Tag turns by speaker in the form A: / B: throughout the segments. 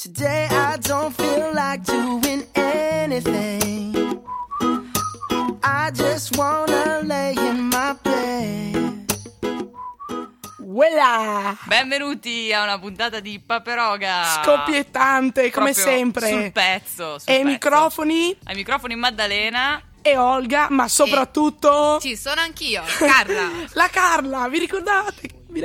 A: Today I don't feel like doing anything. I just wanna lay in my bed. Voilà!
B: Ah, Benvenuti a una puntata di Paperoga.
A: Scoppiettante come
B: Proprio
A: sempre.
B: Sul pezzo. sul
A: e i
B: pezzo.
A: microfoni
B: Ai microfoni Maddalena.
A: e Olga, ma soprattutto
C: Sì, sono anch'io, Carla.
A: la Carla. Vi ricordate? Vi
B: Ah.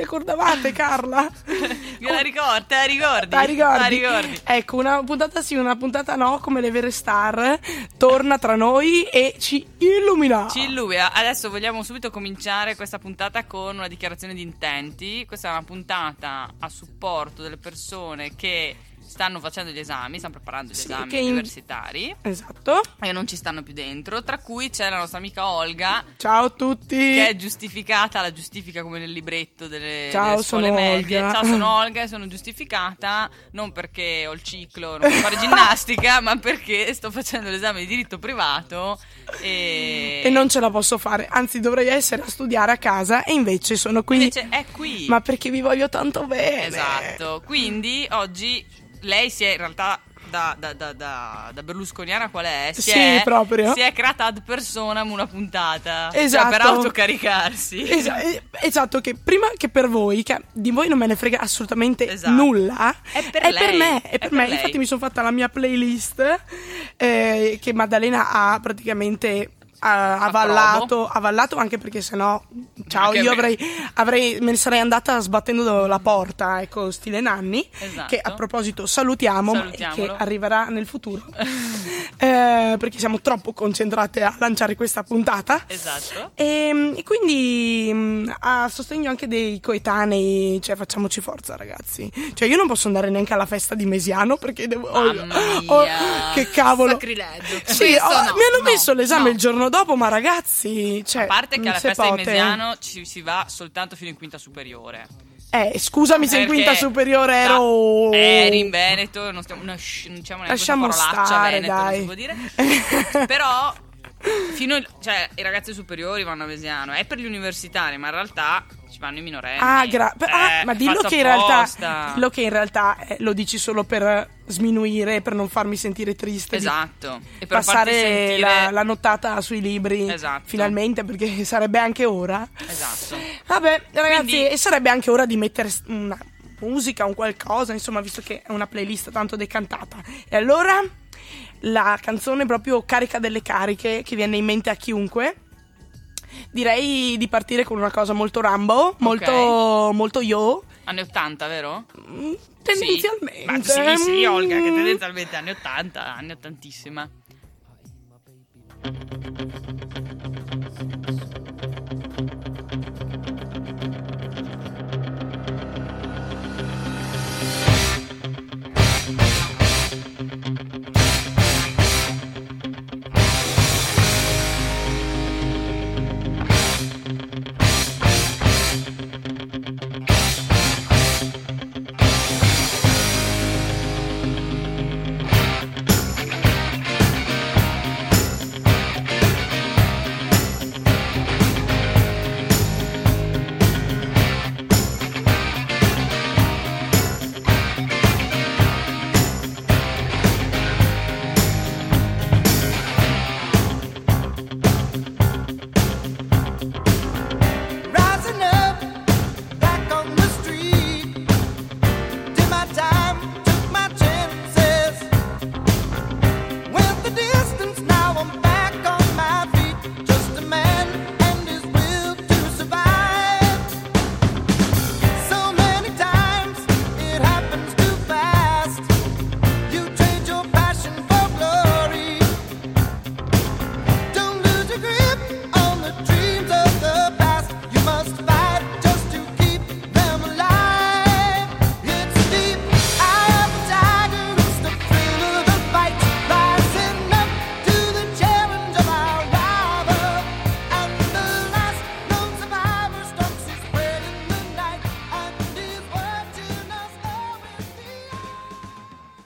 A: ricordavate Carla?
B: Me la ricordi? Te la ricordi?
A: La ricordi?
B: La ricordi?
A: Ecco, una puntata sì, una puntata no, come le vere star, torna tra noi e ci illumina.
B: Ci illumina. Adesso vogliamo subito cominciare questa puntata con una dichiarazione di intenti. Questa è una puntata a supporto delle persone che stanno facendo gli esami, stanno preparando gli
A: Sì,
B: esami
A: che in-
B: universitari
A: Esatto.
B: e non ci stanno più dentro, tra cui c'è la nostra amica Olga
A: Ciao a tutti.
B: che è giustificata, la giustifica come nel libretto delle,
A: Ciao,
B: delle scuole
A: sono
B: medie.
A: Olga.
B: Ciao, sono Olga e sono giustificata non perché ho il ciclo, non so fare ginnastica, ma perché sto facendo l'esame di diritto privato e,
A: E non ce la posso fare, anzi dovrei essere a studiare a casa e invece sono qui.
B: invece è qui.
A: Ma perché vi voglio tanto bene.
B: Esatto. Quindi oggi lei si è in realtà da, da- da- da- da berlusconiana qual è? Si
A: Sì,
B: è,
A: proprio.
B: Si è creata ad personam una puntata. Cioè,
A: Esatto.
B: per autocaricarsi.
A: Esa- eh, esatto, che prima che per voi, che di voi non me ne frega assolutamente
B: Esatto.
A: nulla,
B: È per lei,
A: me, è per,
B: è per
A: me.
B: lei.
A: Infatti mi sono fatta la mia playlist eh, che Maddalena ha praticamente ah, avallato, avallato anche perché sennò, ciao,
B: Anche
A: io
B: me.
A: avrei, avrei- me ne sarei andata sbattendo la porta, ecco, stile Nanni,
B: Esatto.
A: che a proposito salutiamo, ma- che
B: Salutiamolo.
A: arriverà nel futuro, eh, perché siamo troppo concentrate a lanciare questa puntata.
B: Esatto.
A: Ehm, E, e quindi mm, a sostegno anche dei coetanei, cioè facciamoci forza ragazzi. Cioè io non posso andare neanche alla festa di Mesiano perché devo... oh,
B: Mamma
A: oh,
B: mia.
A: che cavolo!
C: Sacrilegio.
A: Sì,
C: Questo
A: oh,
C: no,
A: mi
C: no,
A: hanno messo l'esame
C: no.
A: il giorno dopo, ma ragazzi... Cioè,
B: A parte che alla
A: se
B: festa di
A: pote.
B: Mesiano ci si va soltanto fino in quinta superiore.
A: Eh, scusami se in
B: Perché-
A: quinta superiore
B: Ah,
A: ero...
B: Eri in Veneto, non, stiamo, no, shh, non diciamo neanche
A: Lasciamo
B: questa parolaccia
A: stare,
B: Veneto, non
A: dai.
B: si può dire. Però fino il- cioè, i ragazzi superiori vanno a Mesiano, è per gli universitari, ma in realtà ci vanno i minorenni.
A: Ah, gra- per- ah,
B: Eh,
A: ma dillo
B: fatto
A: che, in
B: apposta.
A: realtà, dillo che in realtà eh, lo dici solo per eh, sminuire, per non farmi sentire triste. di-
B: Esatto. E per
A: passare
B: farti sentire
A: la, la nottata sui libri
B: Esatto.
A: finalmente perché sarebbe anche ora
B: Esatto.
A: vabbè ragazzi
B: Quindi-
A: e sarebbe anche ora di mettere s- una musica un qualcosa insomma visto che è una playlist tanto decantata e allora la canzone proprio carica delle cariche che viene in mente a chiunque direi di partire con una cosa molto Rambo molto molto yo
B: Anni 80, vero?
A: mm, tendenzialmente
B: Sì, Ma sì, sì, Olga, che
A: Mm.
B: tendenzialmente anni 80, anni 80issima.
D: Rising up, back on the street. Did my time, took my chances. Went the distance, now I'm back on my feet. Just a man and his will to survive. So many times it happens too fast. You trade your passion for glory. Don't lose your grip on the dreams of the past. You must fight just to keep them alive. It's deep eye of the tiger, it's the thrill of the fight, rising up to the challenge of our rival. And the last known survivor stalks his prey in the night, and is watching us always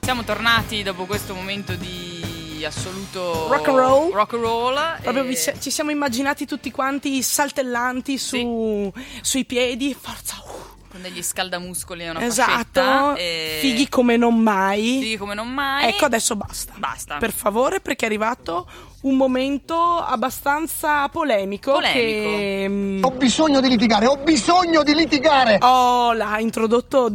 B: Siamo tornati dopo questo momento di assoluto
A: Rock and roll.
B: rock and roll,
A: Proprio
B: e-
A: vi si- ci siamo immaginati tutti quanti saltellanti su- sui piedi, forza, uh,
B: con degli scaldamuscoli e una
A: esatto,
B: fascetta. e-
A: fighi come non mai.
B: Fighi come non mai.
A: Ecco, adesso basta.
B: Basta.
A: Per favore, perché è arrivato un momento abbastanza polemico.
B: Polemico.
A: Che, mm,
E: Ho bisogno di litigare, ho bisogno di litigare!
A: oh, l'ha introdotto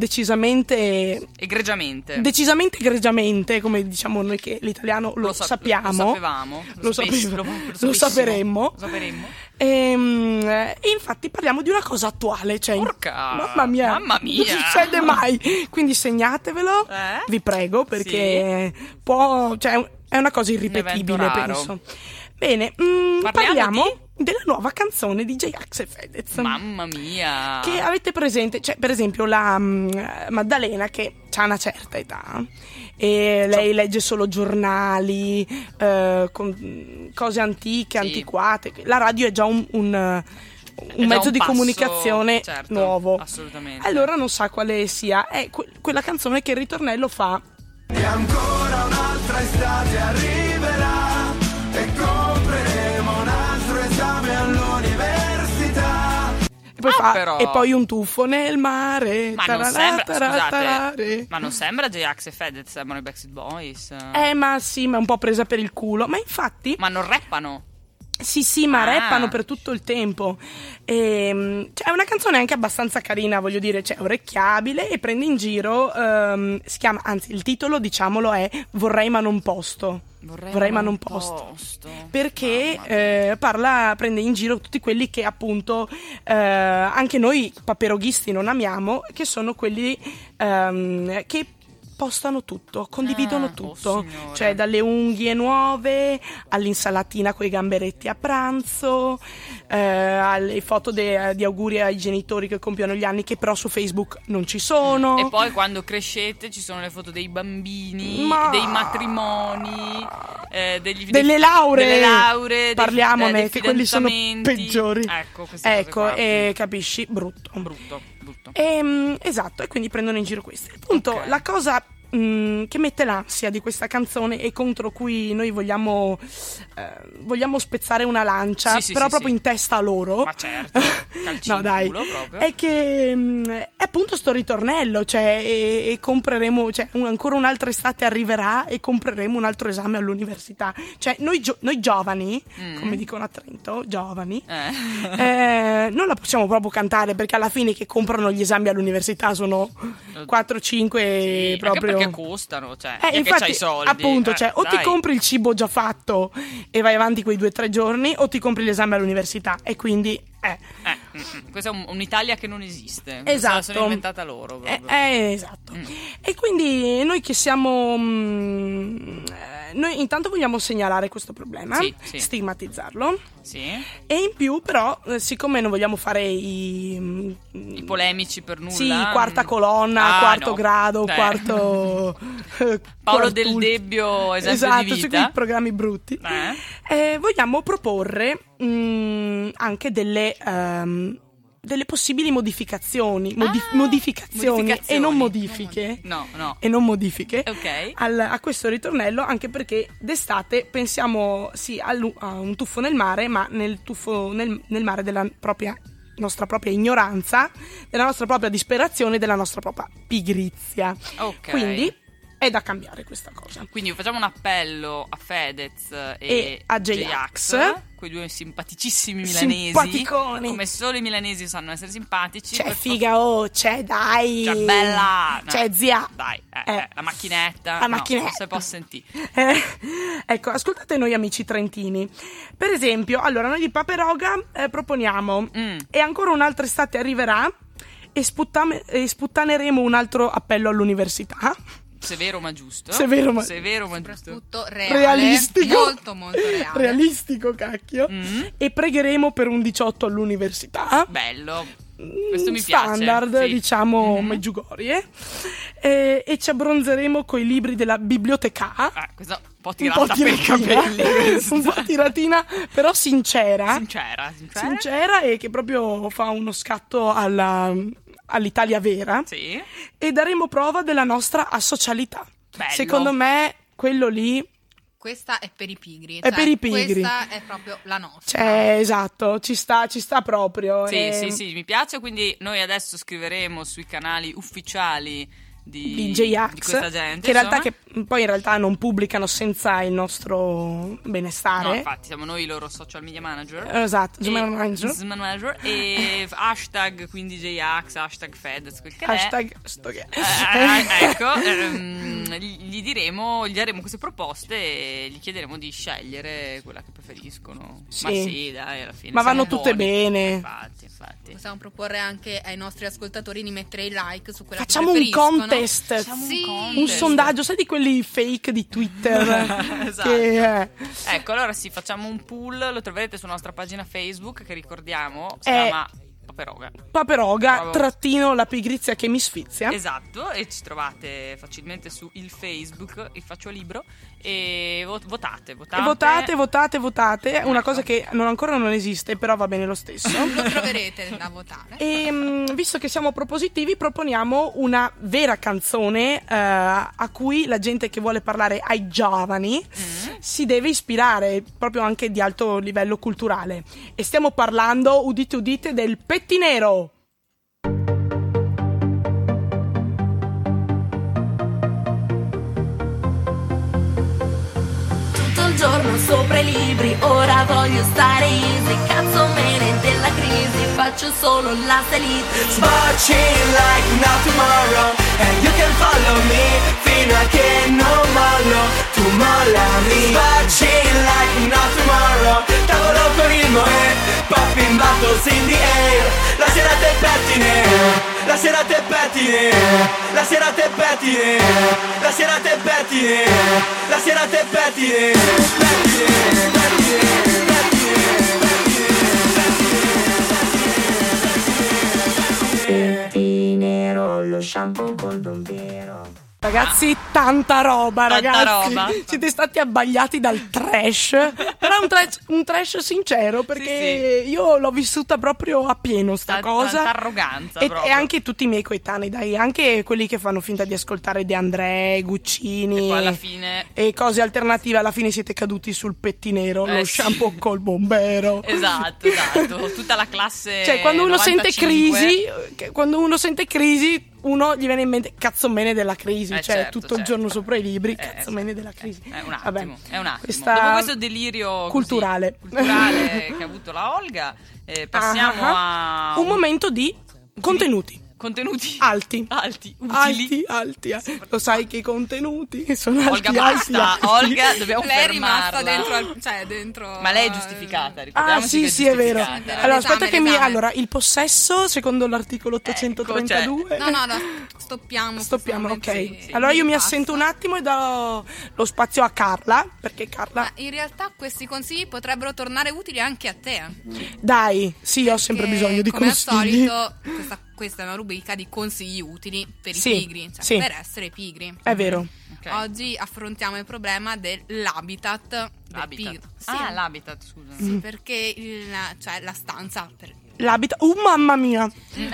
A: decisamente
B: Egregiamente.
A: decisamente egregiamente, come diciamo noi che l'italiano lo,
B: sa-
A: sappiamo.
B: Lo sapevamo.
A: Lo,
B: sapess-
A: sapeva-
B: lo- lo sapessimo.
A: lo sapremmo.
B: Lo sapremmo.
A: Ehm, e infatti parliamo di una cosa attuale. Cioè,
B: Porca-
A: mamma mia,
B: mamma mia.
A: non succede mai. Quindi segnatevelo,
B: Eh?
A: vi prego, perché può, cioè, è una cosa irripetibile,
B: raro.
A: penso. Bene, mm,
B: Parliamo
A: parliamo della nuova canzone di J-Ax e Fedez.
B: Mamma mia.
A: Che avete presente, cioè, per esempio, la mm, Maddalena che ha una certa età e lei legge solo giornali, eh, con mm, cose antiche,
B: Sì.
A: antiquate. La radio è già un, un, eh,
B: È
A: un
B: già
A: mezzo di
B: passo-
A: comunicazione
B: certo,
A: nuovo.
B: Assolutamente.
A: Allora non sa quale sia, è que- quella canzone che il ritornello fa.
F: E ancora un'altra estate arriverà e compreremo un altro esame all'università.
A: E poi,
B: Ah,
A: fa,
B: però.
A: e poi un tuffo nel mare.
B: Ma non
A: tararà,
B: sembra,
A: tararà,
B: scusate,
A: tarare.
B: ma non sembra J-Ax e Fedez, sembrano i Backstreet Boys.
A: Eh, ma sì, ma è un po' presa per il culo. Ma infatti.
B: Ma non rappano.
A: Sì, sì, ma
B: Ah.
A: rappano per tutto il tempo. Ehm, cioè, è una canzone anche abbastanza carina, voglio dire, cioè, orecchiabile e prende in giro. ehm, si chiama, anzi, il titolo, diciamolo, è Vorrei ma non posto. ma non posto. Perché
B: Mamma mia.
A: eh, parla, prende in giro tutti quelli che appunto eh, anche noi paperoghisti non amiamo, che sono quelli ehm, che postano tutto, condividono
B: Ah, oh
A: tutto,
B: signore.
A: cioè dalle unghie nuove all'insalatina con i gamberetti a pranzo, eh, alle foto de- di auguri ai genitori che compiono gli anni che però su Facebook non ci sono.
B: Eh, E poi quando crescete ci sono le foto dei bambini,
A: Ma-
B: dei matrimoni, eh, degli,
A: delle
B: dei-
A: lauree,
B: delle lauree dei-
A: parliamone,
B: eh, dei
A: che quelli sono
B: fidanzamenti.
A: peggiori.
B: Ecco, queste
A: Ecco,
B: cose qua,
A: e
B: sì.
A: capisci, brutto.
B: brutto, brutto.
A: Ehm, esatto, e quindi prendono in giro questi. Appunto,
B: Certo. Ok.
A: la cosa mh, che mette l'ansia di questa canzone e contro cui noi vogliamo, eh, vogliamo spezzare una lancia,
B: Sì, sì,
A: però
B: sì,
A: proprio
B: sì.
A: in testa a loro.
B: Ma certo, calcino
A: no, dai,
B: in culo proprio.
A: è che mh, è appunto sto ritornello, cioè, e, e compreremo, cioè, un- ancora un'altra estate arriverà e compreremo un altro esame all'università. Cioè, noi, gio- noi giovani,
B: Mm.
A: come dicono a Trento, giovani,
B: Eh.
A: eh, non la possiamo proprio cantare perché alla fine che comprano gli esami all'università sono 4-5
B: Sì, anche
A: proprio.
B: perché costano, cioè,
A: Eh,
B: perché
A: infatti,
B: c'hai i soldi.
A: appunto,
B: eh,
A: cioè, o ti
B: dai.
A: compri il cibo già fatto e vai avanti quei 2-3 giorni, o ti compri l'esame all'università e quindi. Eh.
B: Eh, mm, mm, questa è un- un'Italia che non esiste. Questa
A: Esatto.
B: La sono inventata loro.
A: Eh,
B: proprio.
A: eh, esatto.
B: Mm.
A: E quindi noi che siamo. mm, eh, noi intanto vogliamo segnalare questo problema,
B: Sì, sì.
A: stigmatizzarlo.
B: Sì.
A: E in più, però, eh, siccome non vogliamo fare i. mm,
B: I polemici per nulla.
A: Sì, quarta colonna,
B: Ah,
A: quarto
B: no.
A: grado,
B: Eh.
A: quarto. eh,
B: Paolo Del
A: quartul-
B: Debbio, esempio
A: esatto,
B: di
A: su
B: vita.
A: quei programmi brutti. Eh, vogliamo proporre mm, anche delle. ehm, delle possibili modificazioni, modi-
B: Ah,
A: modificazioni,
B: modificazioni.
A: e non modifiche.
B: No, no.
A: E non modifiche
B: Ok.
A: al- a questo ritornello, anche perché d'estate pensiamo sì all'u- a un tuffo nel mare, ma nel tuffo nel, nel mare della propria nostra propria ignoranza, della nostra propria disperazione, della nostra propria pigrizia.
B: Ok.
A: Quindi è da cambiare questa cosa.
B: Quindi facciamo un appello a Fedez e,
A: E a J-Ax.
B: J-Ax, quei due simpaticissimi milanesi.
A: Simpaticoni.
B: Come solo i milanesi sanno essere simpatici.
A: C'è
B: per favore.
A: figa, oh, c'è dai.
B: Cioè, bella! No,
A: C'è zia.
B: Dai, eh,
A: Eh.
B: eh, la macchinetta.
A: La
B: no,
A: macchinetta.
B: Se posso sentire.
A: Eh, ecco, ascoltate noi amici trentini. Per esempio, allora noi di Paperoga eh, proponiamo
B: Mm.
A: e ancora un'altra estate arriverà e, sputtame- e sputtaneremo un altro appello all'università.
B: Severo ma giusto.
A: Severo ma-
B: Severo ma giusto.
C: Tutto reale.
A: Realistico.
C: Molto, molto reale.
A: Realistico, cacchio.
B: Mm.
A: E pregheremo per un 18 all'università.
B: Bello.
A: Mm,
B: Questo mi piace.
A: standard,
B: sì.
A: diciamo,
B: Mhm.
A: meggiugorie. Eh, e ci abbronzeremo coi libri della biblioteca.
B: Ah, questa un po'
A: un
B: tirata
A: po'
B: per i
A: tiratina,
B: capelli.
A: un po' eh? tiratina, però sincera.
B: Sincera, sincera.
A: sincera e che proprio fa uno scatto alla- all'Italia vera
B: Sì.
A: e daremo prova della nostra asocialità.
B: Bello.
A: Secondo me quello lì
C: Questa è per i pigri.
A: È
C: cioè,
A: per i pigri.
C: Questa è proprio la nostra.
A: Cioè, esatto, ci sta, ci sta proprio.
B: Ah.
A: Ehm,
B: Sì,
A: e-
B: sì, sì, mi piace. Quindi noi adesso scriveremo sui canali ufficiali di,
A: di J-Ax,
B: di questa gente.
A: che in realtà
B: insomma.
A: che mm, poi in realtà non pubblicano senza il nostro
B: No,
A: benestare.
B: infatti, siamo noi i loro social media manager.
A: esatto,
B: E-
A: Jumano Manager.
B: Zman manager. E hashtag quindi JAX, hashtag Fed, quel che è.
A: Hashtag sto che-
B: Eh, eh, ecco, ehm, gli diremo, gli daremo queste proposte e gli chiederemo di scegliere quella che preferiscono.
A: Sì.
B: Ma sì, dai, alla fine. siamo
A: Ma vanno tutte
B: buoni.
A: bene.
B: Infatti, infatti.
C: Possiamo proporre anche ai nostri ascoltatori di mettere i like su quella
A: Facciamo
C: che
A: un
C: preferiscono.
A: contest.
B: Facciamo
C: Sì.
B: contest.
A: Un sondaggio, sai di quelli fake di Twitter?
B: Esatto.
A: Che, eh,
B: Ecco, allora sì, facciamo un pool, lo troverete sulla nostra pagina Facebook che ricordiamo si
A: Eh.
B: chiama Paperoga.
A: Paperoga,
B: Bravo.
A: trattino la pigrizia che mi sfizia.
B: Esatto, e ci trovate facilmente su il Facebook, il faccio libro e vo- votate, votate.
A: E votate, votate, votate. È Una
B: Ecco.
A: cosa che non- ancora non esiste, però va bene lo stesso.
C: Lo troverete da votare.
A: E mm, visto che siamo propositivi, proponiamo una vera canzone eh, a cui la gente che vuole parlare ai giovani
C: Mm.
A: si deve ispirare, proprio anche di alto livello culturale. E stiamo parlando, udite udite, del pettinero.
G: tutto il giorno sopra i libri, ora voglio stare easy, cazzo me ne della crisi, faccio solo la salita.
H: Sbocci like not tomorrow And you can follow me fino a che non mollo Tu mollami Sbocci like not tomorrow Tavolo con il moe Pop in oh, eh. bottles in the air La serata è pettine eh. La serata è pettine eh. La serata è pettine eh. La serata è pettine eh. La serata è pettine Pettine, pettine, pettine
A: Ragazzi, tanta roba,
B: Tanta
A: ragazzi.
B: roba.
A: Siete stati abbagliati dal trash. Però è un trash, un trash sincero, perché io l'ho vissuta proprio a pieno sta
B: Tanta-
A: cosa.
B: tanta arroganza
A: E,
B: proprio.
A: e anche tutti i miei coetanei, dai, anche quelli che fanno finta di ascoltare De André, Guccini.
B: E poi alla fine-
A: e cose alternative, alla fine siete caduti sul pettinero,
B: Eh,
A: lo
B: sì.
A: shampoo col bombero.
B: Esatto, esatto, tutta la classe Eh,
A: Cioè, quando uno
B: 95.
A: sente crisi, che- quando uno sente crisi, uno gli viene in mente cazzomene della crisi.
B: Eh,
A: cioè,
B: certo,
A: tutto il
B: certo.
A: giorno sopra i libri,
B: Eh,
A: cazzomene
B: esatto.
A: della crisi.
B: Eh, un attimo,
A: Vabbè.
B: è un attimo.
A: Questa-
B: Dopo questo delirio così
A: culturale.
B: culturale che ha avuto la Olga, eh, passiamo
A: Ah,
B: a
A: un Ah, momento di contenuti
B: contenuti
A: alti.
B: alti, Ah, utili.
A: Alti, alti, eh. lo sai che i contenuti sono
B: Olga
A: alti, alti,
B: basta,
A: alti.
B: Olga dobbiamo
C: lei è
B: fermarla.
C: rimasta dentro, al- cioè, dentro.
B: Ma lei è giustificata,
A: Ah
B: ricordiamoci che
A: sì sì è vero
B: giustificata.
A: Allora aspetta
C: L'esame,
A: che mi
C: l'esame.
A: Allora il possesso secondo l'articolo
B: Ecco, cioè,
A: 832
C: No, no, no, stoppiamo.
A: Stoppiamo,
C: questo momento,
A: ok.
C: sì.
A: Allora io mi
C: Basta.
A: assento un attimo e do lo spazio a Carla, perché Carla...
C: Ma in realtà questi consigli potrebbero tornare utili anche a te.
A: Dai, sì, ho sempre
C: che,
A: bisogno di
C: come
A: consigli.
C: al solito, questa, questa è una rubrica di consigli utili per
A: Sì,
C: i pigri, cioè
A: sì.
C: per essere pigri.
A: È vero.
B: Ok.
C: Oggi affrontiamo il problema dell'habitat del
B: L'habitat.
C: pigro. Sì,
B: Ah, l'habitat, scusa.
C: sì, perché il, cioè, la stanza per
A: L'habitat... Uh, mamma mia!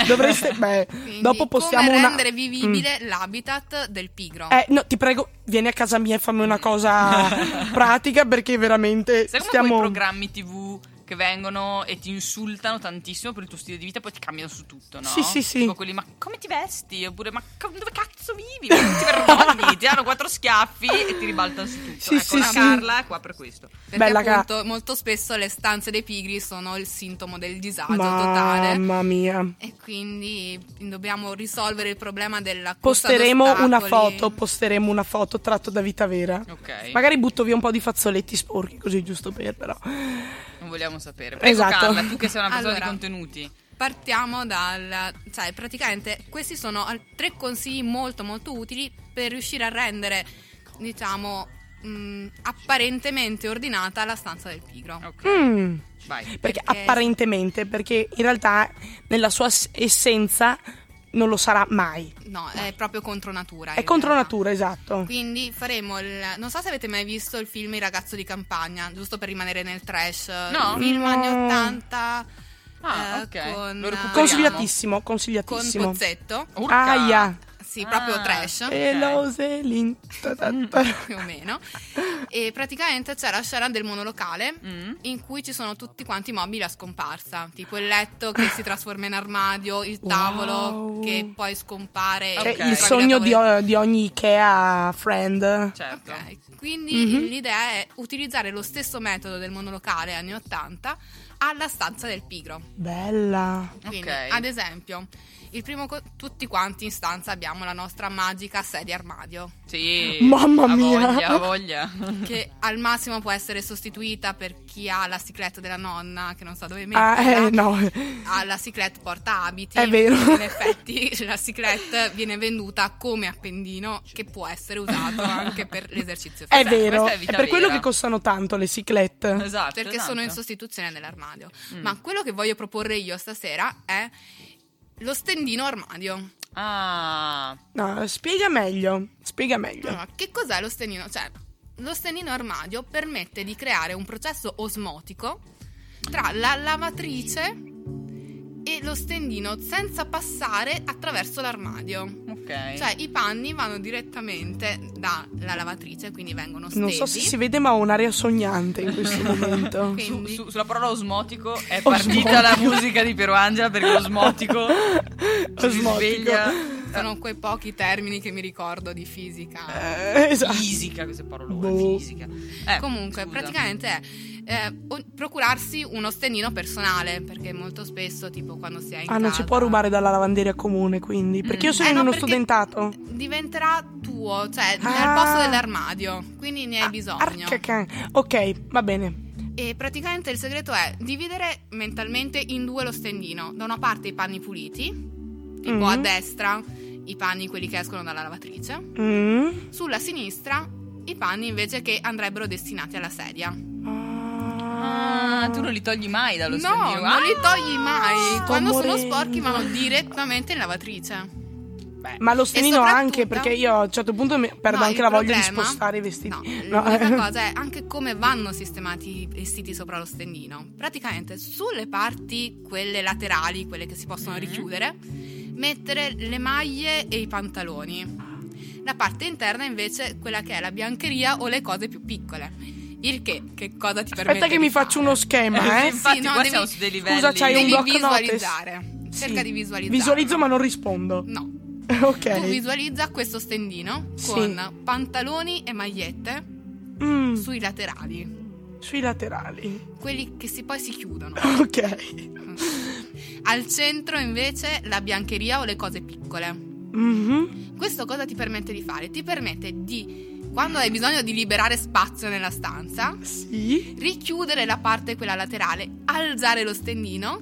A: Dovreste... Beh,
C: Mm. Quindi,
A: dopo possiamo...
C: come
A: una- Mm.
C: rendere vivibile l'habitat del pigro.
A: Eh, no, ti prego, vieni a casa mia e fammi una cosa pratica, perché veramente
B: Sai come
A: stiamo...
B: quei programmi TV che vengono e ti insultano tantissimo per il tuo stile di vita e poi ti cambiano su tutto, no?
A: Sì, sì, sì.
B: Tipo quelli, ma come ti vesti? Oppure, ma co- dove cazzo vivi? Ma non ti vergogni? ti danno quattro schiaffi e ti ribaltano su tutto.
A: Sì,
B: ecco,
A: sì,
B: la
A: sì.
B: Carla è qua per questo.
C: perché
A: bella ca-
C: appunto molto spesso le stanze dei pigri sono il sintomo del disagio totale.
A: Mamma mia.
C: E quindi dobbiamo risolvere il problema della corsa
A: Posteremo
C: ad
A: una
C: ostacoli.
A: foto, posteremo una foto tratto da vita vera.
B: Ok.
A: Magari butto via un po' di fazzoletti sporchi, così giusto per, però.
B: Non vogliamo sapere. Prego,
A: Esatto.
B: Carla, tu che sei una persona
C: Allora.
B: di contenuti.
C: Partiamo dal... cioè praticamente questi sono al- tre consigli molto molto utili per riuscire a rendere, diciamo, mh, apparentemente ordinata la stanza del pigro.
B: Ok,
A: Mm.
B: vai.
A: Perché,
C: Perché-
A: apparentemente, perché in realtà nella sua s- essenza non lo sarà mai.
C: No, è proprio contro natura.
A: È
C: in
A: contro
C: realtà.
A: natura, esatto.
C: Quindi faremo il... Non so se avete mai visto il film Il ragazzo di campagna, giusto per rimanere nel trash.
B: No.
C: Il film anni
A: No.
C: 80.
B: Ah,
C: eh,
B: ok.
C: Con,
B: Lo recuperiamo.
C: eh,
A: Consigliatissimo,
C: Con
A: consigliatissimo.
C: Pozzetto.
B: Urca.
A: Aia.
C: Sì, proprio
B: Ah.
C: trash.
A: E l'Oselin. Ta ta ta.
C: più o meno. E praticamente c'è la scena del monolocale
B: Mm.
C: in cui ci sono tutti quanti i mobili a scomparsa, tipo il letto che si trasforma in armadio, il tavolo
A: Wow.
C: che poi scompare.
A: È
B: Ok.
A: Cioè, il sogno di,
C: oggi
A: di ogni Ikea friend.
B: Certo.
C: Quindi l'idea è utilizzare lo stesso metodo del monolocale anni 80 alla stanza del pigro.
A: Bella.
C: Quindi,
B: Ok.
C: ad esempio, il primo co- tutti quanti in stanza abbiamo la nostra magica sedia armadio,
B: Sì.
A: Mamma
B: ha
A: mia.
B: voglia, ha voglia.
C: che al massimo può essere sostituita per chi ha la cicletta della nonna, che non sa dove metterla.
A: Ah, eh, no.
C: Ha la ciclette porta abiti.
A: È vero.
C: In effetti, la ciclette viene venduta come appendino che può essere usato anche per l'esercizio
A: È
C: fisico.
A: vero.
B: questa è
A: È,
B: vita
A: per quello
B: vera.
A: che costano tanto le ciclette.
B: Esatto.
C: perché
B: esatto.
C: sono in sostituzione dell'armadio. Ma quello che voglio proporre io stasera è lo stendino armadio.
B: Ah,
A: No, spiega meglio. Spiega meglio.
C: Allora, che cos'è lo stenino? Cioè, lo stenino armadio permette di creare un processo osmotico tra la lavatrice e lo stendino senza passare attraverso l'armadio.
B: ok.
C: Cioè, i panni vanno direttamente dalla lavatrice, quindi vengono stesi.
A: Non so se si vede, ma ho un'aria sognante in questo momento.
C: Quindi-
B: Su- su- sulla parola osmotico è
A: Osmotico.
B: partita la musica di Piero Angela perché osmotico si
A: Osmotico.
B: sveglia
C: Sono quei pochi termini che mi ricordo di fisica.
A: Eh, esatto.
B: fisica queste parole
A: Boh.
B: fisica Eh,
C: Comunque,
B: scusa.
C: praticamente è eh, o- procurarsi uno stendino personale, perché molto spesso, tipo quando si è in
A: Ah, non si
C: casa-
A: può rubare dalla lavanderia comune, quindi. Perché io sono
C: Eh,
A: in
C: no,
A: Cioè, uno
C: perché
A: studentato.
C: Diventerà tuo, cioè
A: Ah.
C: al posto dell'armadio, quindi ne hai bisogno.
A: Arcacan. Ok, va bene.
C: E praticamente il segreto è dividere mentalmente in due lo stendino. Da una parte i panni puliti, tipo
A: Mhm.
C: a destra i panni quelli che escono dalla lavatrice,
A: Mm.
C: sulla sinistra i panni invece che andrebbero destinati alla sedia.
B: ah, tu non li togli mai dallo
C: no,
B: stendino
C: non
B: Ah!
C: li togli mai.
A: sto
C: Quando sono
A: morendo.
C: sporchi vanno direttamente in lavatrice.
A: Ma lo stenino
C: soprattutto-
A: anche, perché io a un certo punto mi perdo
C: No,
A: anche
C: il
A: la voglia di
C: problema-
A: spostare i vestiti.
C: No,
A: No,
C: l'unica
A: eh.
C: cosa è anche come vanno sistemati i vestiti sopra lo stendino. Praticamente sulle parti, quelle laterali, quelle che si possono
A: Mm-hmm.
C: richiudere, mettere le maglie e i pantaloni. La parte interna invece quella che è la biancheria o le cose più piccole. Il che, che cosa ti permette
A: Aspetta
C: di
A: che mi
C: fare?
A: faccio uno schema, eh.
B: infatti
C: Sì, no,
B: qua
C: devi-
B: siamo su dei livelli
A: Scusa, c'hai un
C: Devi
A: block
C: visualizzare.
A: notice.
C: Cerca
A: Sì.
C: di visualizzare.
A: Visualizzo ma non rispondo.
C: No, tu
A: ok.
C: visualizza questo stendino
A: Sì.
C: con pantaloni e magliette
A: Mm,
C: sui laterali,
A: sui laterali.
C: quelli che si, poi si chiudono.
A: Ok.
C: Al centro invece la biancheria o le cose piccole.
A: Mhm.
C: Questo cosa ti permette di fare? Ti permette di, quando hai bisogno di liberare spazio nella stanza,
A: Sì.
C: richiudere la parte quella laterale, alzare lo stendino,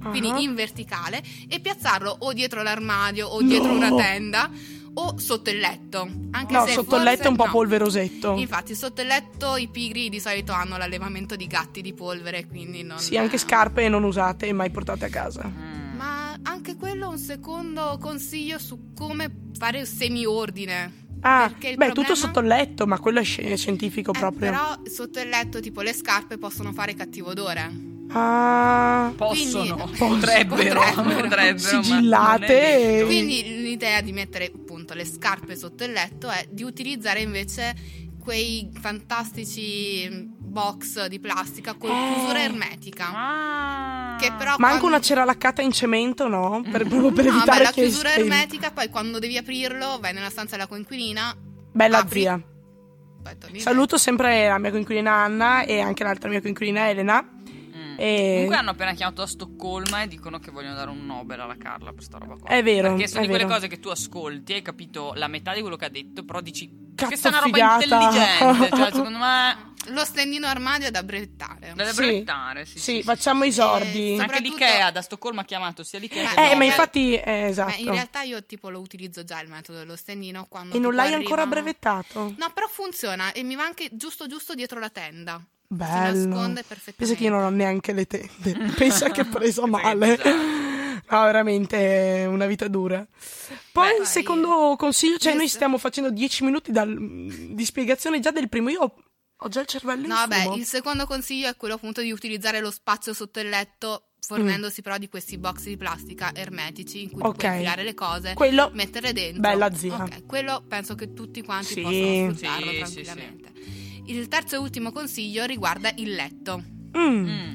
C: quindi
A: Ah.
C: in verticale, e piazzarlo o dietro l'armadio o dietro
A: No.
C: una tenda o sotto il letto. Anche
A: No,
C: se
A: sotto il
C: forse-
A: letto è un po'
C: no.
A: polverosetto.
C: Infatti, sotto il letto i pigri di solito hanno l'allevamento di gatti di polvere, quindi non.
A: Sì, anche scarpe non usate e mai portate a casa.
C: Ma anche quello è un secondo consiglio su come fare il semiordine.
A: Ah,
C: Perché
A: beh,
C: il
A: tutto
C: problema-
A: sotto il letto, ma quello è sci- scientifico
C: Eh,
A: proprio.
C: però sotto il letto, tipo le scarpe possono fare cattivo odore.
A: Ah,
B: possono
C: Quindi-
B: potrebbero
C: Potrebbero.
B: potrebbero, ma
A: Sigillate
B: non è detto.
A: e-
C: Quindi l'idea di mettere appunto le scarpe sotto il letto è di utilizzare invece quei fantastici mm, box di plastica con
A: Eh.
C: chiusura ermetica.
B: Ah.
C: Che però
A: ma anche
C: quando-
A: una cera laccata in cemento, no?
B: Mm.
A: Per, proprio per
C: No, ma
A: evitare
C: la
A: che
C: chiusura
A: spegni.
C: ermetica, poi quando devi aprirlo, vai nella stanza della coinquilina.
A: Bella
C: apri-
A: zia.
C: Aspetta, mi-
A: Saluto sempre la mia coinquilina Anna e anche l'altra mia coinquilina Elena.
B: Mm.
A: E-
B: Comunque hanno appena chiamato a Stoccolma e dicono che vogliono dare un Nobel alla Carla per sta roba qua.
A: È vero,
B: Perché sono
A: è
B: di quelle
A: vero.
B: cose che tu ascolti, hai capito la metà di quello che ha detto, però dici
A: Cazzo,
B: che sta una roba
A: figata.
B: intelligente. Cioè, secondo me
C: Lo stendino armadio è da brettare.
B: la
A: Sì.
B: deve brettare, sì,
A: Sì,
B: sì, sì.
A: facciamo i sordi.
C: Eh,
B: Anche
C: Soprattutto-
B: l'Ikea da Stoccolma ha chiamato sia l'Ikea che
C: Eh,
A: Eh,
B: il
A: ma
B: Nobel.
A: infatti, eh,
C: Beh, in
A: esatto.
C: realtà io tipo lo utilizzo già il metodo dello stendino quando
A: E non
C: tipo
A: l'hai
C: arriva-
A: ancora brevettato?
C: No, però funziona e mi va anche giusto giusto dietro la tenda. Si
A: Bello.
C: nasconde perfettamente.
A: Pensa che io non ho neanche le tende. Pensa che ho preso male.
B: Pensa.
A: No, veramente è una vita dura. Poi
B: Beh,
A: il
C: vai.
A: secondo consiglio, cioè noi
C: Yes.
A: stiamo facendo 10 minuti dal- di spiegazione già del primo. Io ho, ho già il cervello in
C: No, vabbè,
A: fumo.
C: il secondo consiglio è quello appunto di utilizzare lo spazio sotto il letto fornendosi però di questi box di plastica ermetici in cui
A: Mm. Ok.
C: tu puoi infilare le cose,
A: Quello-
C: metterle dentro.
A: Bella zia.
C: Ok, quello penso che tutti quanti
A: Sì.
C: possono sfruttarlo
B: Sì, sì,
C: tranquillamente. Il terzo e ultimo consiglio riguarda il letto.
A: Mm.
B: Mm.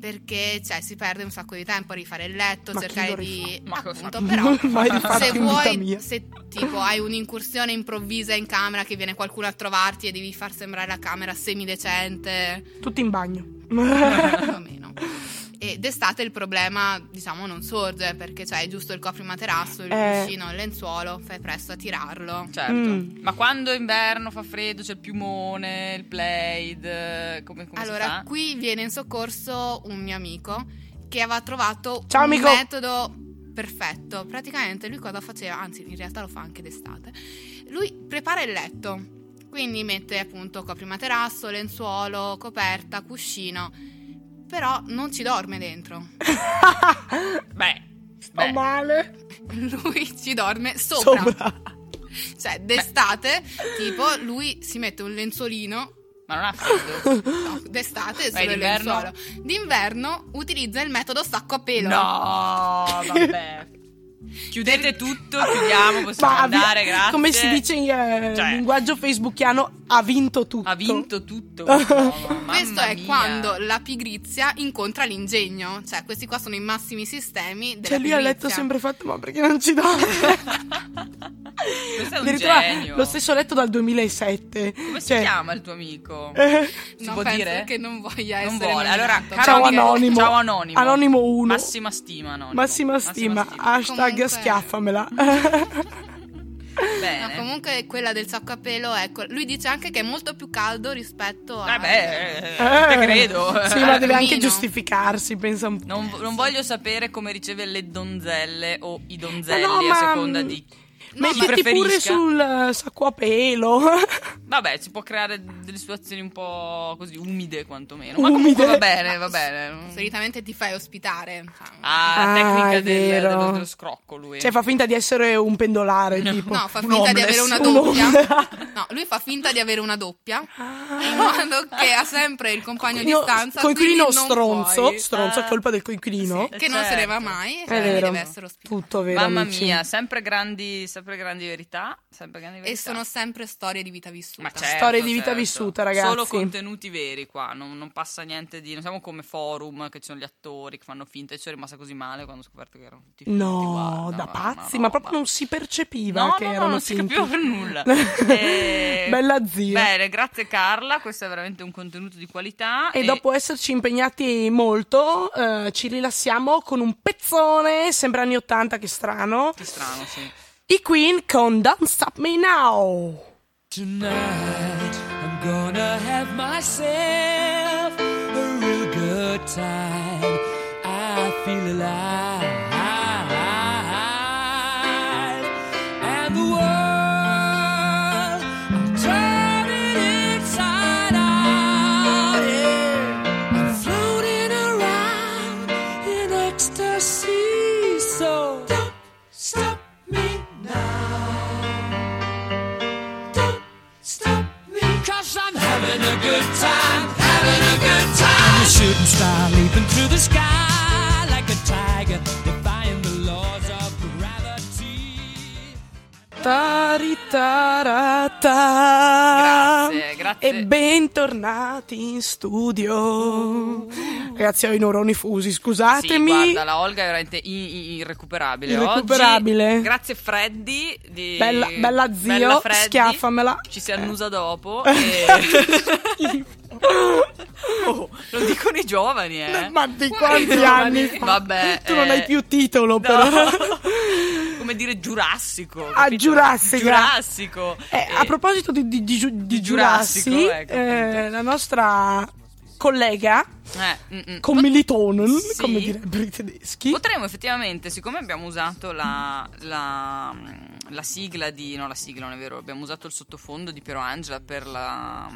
C: Perché cioè, si perde un sacco di tempo a rifare il letto,
A: Ma chi
C: cercare
A: lo rifà?
C: di.
B: Ma cosa-
C: appunto, però
A: Mai rifatto
C: se
A: in vita
C: vuoi,
A: mia.
C: se tipo hai un'incursione improvvisa in camera che viene qualcuno a trovarti e devi far sembrare la camera semidecente,
A: Tutti in bagno.
C: più o meno. E d'estate il problema, diciamo, non sorge perché c'hai giusto il coprimaterasso, il
A: Eh.
C: cuscino, il lenzuolo, fai presto a tirarlo.
B: Certo,
A: Mm.
B: ma quando inverno fa freddo c'è il piumone, il plaid, come, come si
C: allora,
B: fa?
C: qui viene in soccorso un mio amico che aveva trovato
A: Ciao,
C: un
A: amico.
C: metodo perfetto. Praticamente lui cosa faceva? Anzi, in realtà lo fa anche d'estate. Lui prepara il letto. Quindi mette appunto coprimaterasso, lenzuolo, coperta, cuscino. Però non ci dorme dentro.
B: Beh,
A: Sto
B: beh,
A: male.
C: Lui ci dorme sopra.
A: Sopra.
C: Cioè, d'estate, tipo, lui si mette un lenzuolino
B: ma non ha freddo.
C: No, d'estate è
B: Vai,
C: solo il
B: d'inverno?
C: lenzuolo. D'inverno utilizza il metodo sacco a pelo.
B: No, vabbè. Chiudete tutto, chiudiamo, possiamo
A: Ma vi-
B: andare, grazie.
A: Come si dice in eh,
B: Cioè.
A: linguaggio facebookiano, ha vinto tutto.
B: Ha vinto tutto. no, mamma
C: Questo è
B: mia.
C: quando la pigrizia incontra l'ingegno. Cioè, questi qua sono i massimi sistemi della
A: Cioè lui ha
C: pigrizia.
A: letto sempre fatto, ma perché non ci dorme?
B: Questo è
A: Mi
B: un
A: ritrova
B: genio.
A: lo stesso letto dal 2007.
B: Come si
A: Cioè,
B: chiama il tuo amico?
A: eh,
B: Si
C: No,
B: può
C: penso
B: dire?
C: che non voglia
B: Non
C: essere
B: vuole.
C: nominato. Cioè,
B: Allora, caro
A: Ciao
B: amico-
A: anonimo.
B: Ciao anonimo.
A: Anonimo uno.
B: Massima stima anonimo.
A: massima stima. Ah. Hashtag
C: Comunque-
A: schiaffamela.
B: Bene.
C: No, comunque quella del sacco a pelo, ecco, lui dice anche che è molto più caldo rispetto a...
B: Eh beh, eh, te credo.
A: Sì, ma deve anche
C: Almeno.
A: giustificarsi, pensa un po'.
B: Non, non voglio sapere come riceve le donzelle o i donzelli
A: Ma mm, no,
B: a
A: ma-
B: seconda di
C: No,
B: chi
A: Mettiti pure
B: preferisca.
A: sul eh, sacco a pelo.
B: Vabbè, si può creare delle situazioni un po' così umide quantomeno. Ma
A: Umide.
B: comunque va bene, va bene.
C: Solitamente ti fai ospitare. cioè.
B: Ah, la
A: Ah,
B: tecnica
A: è
B: del,
A: vero.
B: dello, dello scrocco lui.
A: Cioè, fa finta di essere un pendolare, tipo.
C: No, fa
B: Un
C: finta di avere
B: homeless.
C: una
A: Un
C: doppia.
B: Cioè,
A: homeless.
C: No, lui fa finta di avere una doppia.
A: Ah.
C: In modo che ha sempre il compagno di
A: Io-
C: stanza. quindi
A: coinquilino
C: non
A: stronzo.
C: puoi.
A: Stronzo, è colpa del coinquilino.
C: Ah. Che non se ne va
B: Certo.
C: mai. E
A: È
C: quindi
A: vero.
C: deve essere ospitato.
A: Tutto vero.
B: Mamma
A: amici.
B: mia, sempre grandi, sempre grandi verità, sempre grandi
C: E
B: verità.
C: sono sempre storie di vita vissuta.
B: Ma certo,
A: Storie di vita
B: certo.
A: vissuta, ragazzi.
B: Solo contenuti veri qua, non, non passa niente di... Non siamo come forum, che ci sono gli attori che fanno finta. Io ci sono rimasta così male quando ho scoperto che erano tutti finti.
A: No,
B: guarda,
A: da
B: ma-
A: pazzi,
B: una
A: ma
B: roba.
A: proprio non si percepiva
B: No,
A: che
B: no, no,
A: erano
B: non si
A: finti.
B: capiva per nulla. Eh,
A: Bella zia.
B: Bene, grazie Carla, questo è veramente un contenuto di qualità.
A: E dopo esserci impegnati molto, eh, ci rilassiamo con un pezzone, sembra anni 80, che strano.
B: Che strano, sì.
A: I Queen con Don't Stop Me Now.
I: Tonight, I'm gonna have myself a real good time. I feel alive. And the world, I'm turning inside out. Yeah. I'm floating around in ecstasy. So don't stop me now. Don't stop me, cause I'm having a good time, having a good time. I'm a shooting star leaping through the sky like a tiger, defying the laws of gravity.
A: Tari tarata.
B: Grazie, grazie.
A: E bentornati in studio. Ragazzi, ho i neuroni fusi,
B: Sì,
A: scusatemi.
B: guarda, la Olga è veramente i- i- irrecuperabile. oggi.
A: Irrecuperabile.
B: grazie Freddy. Di...
A: Bella- bella zio,
B: Bella Freddy.
A: schiaffamela. Eh.
B: Ci si annusa dopo. e- Oh, lo dicono i giovani, eh.
A: Ma
B: Guarda,
A: di
B: i
A: quanti
B: giovani.
A: anni fa?
B: Vabbè,
A: Tu non
B: eh,
A: hai più titolo,
B: no.
A: però.
B: Come dire giurassico.
A: Ah,
B: capito?
A: giurassica.
B: Giurassico.
A: Eh,
B: Eh,
A: a proposito di, di, di, giu- di
B: Di
A: Giurassi,
B: giurassico, ecco,
A: eh,
B: appunto.
A: la nostra collega
B: eh, mm, mm.
A: commilitonen,
B: Sì.
A: come direbbero i tedeschi,
B: Potremmo effettivamente, siccome abbiamo usato la, la- la sigla di... No, la sigla non è vero, abbiamo usato il sottofondo di Piero Angela per la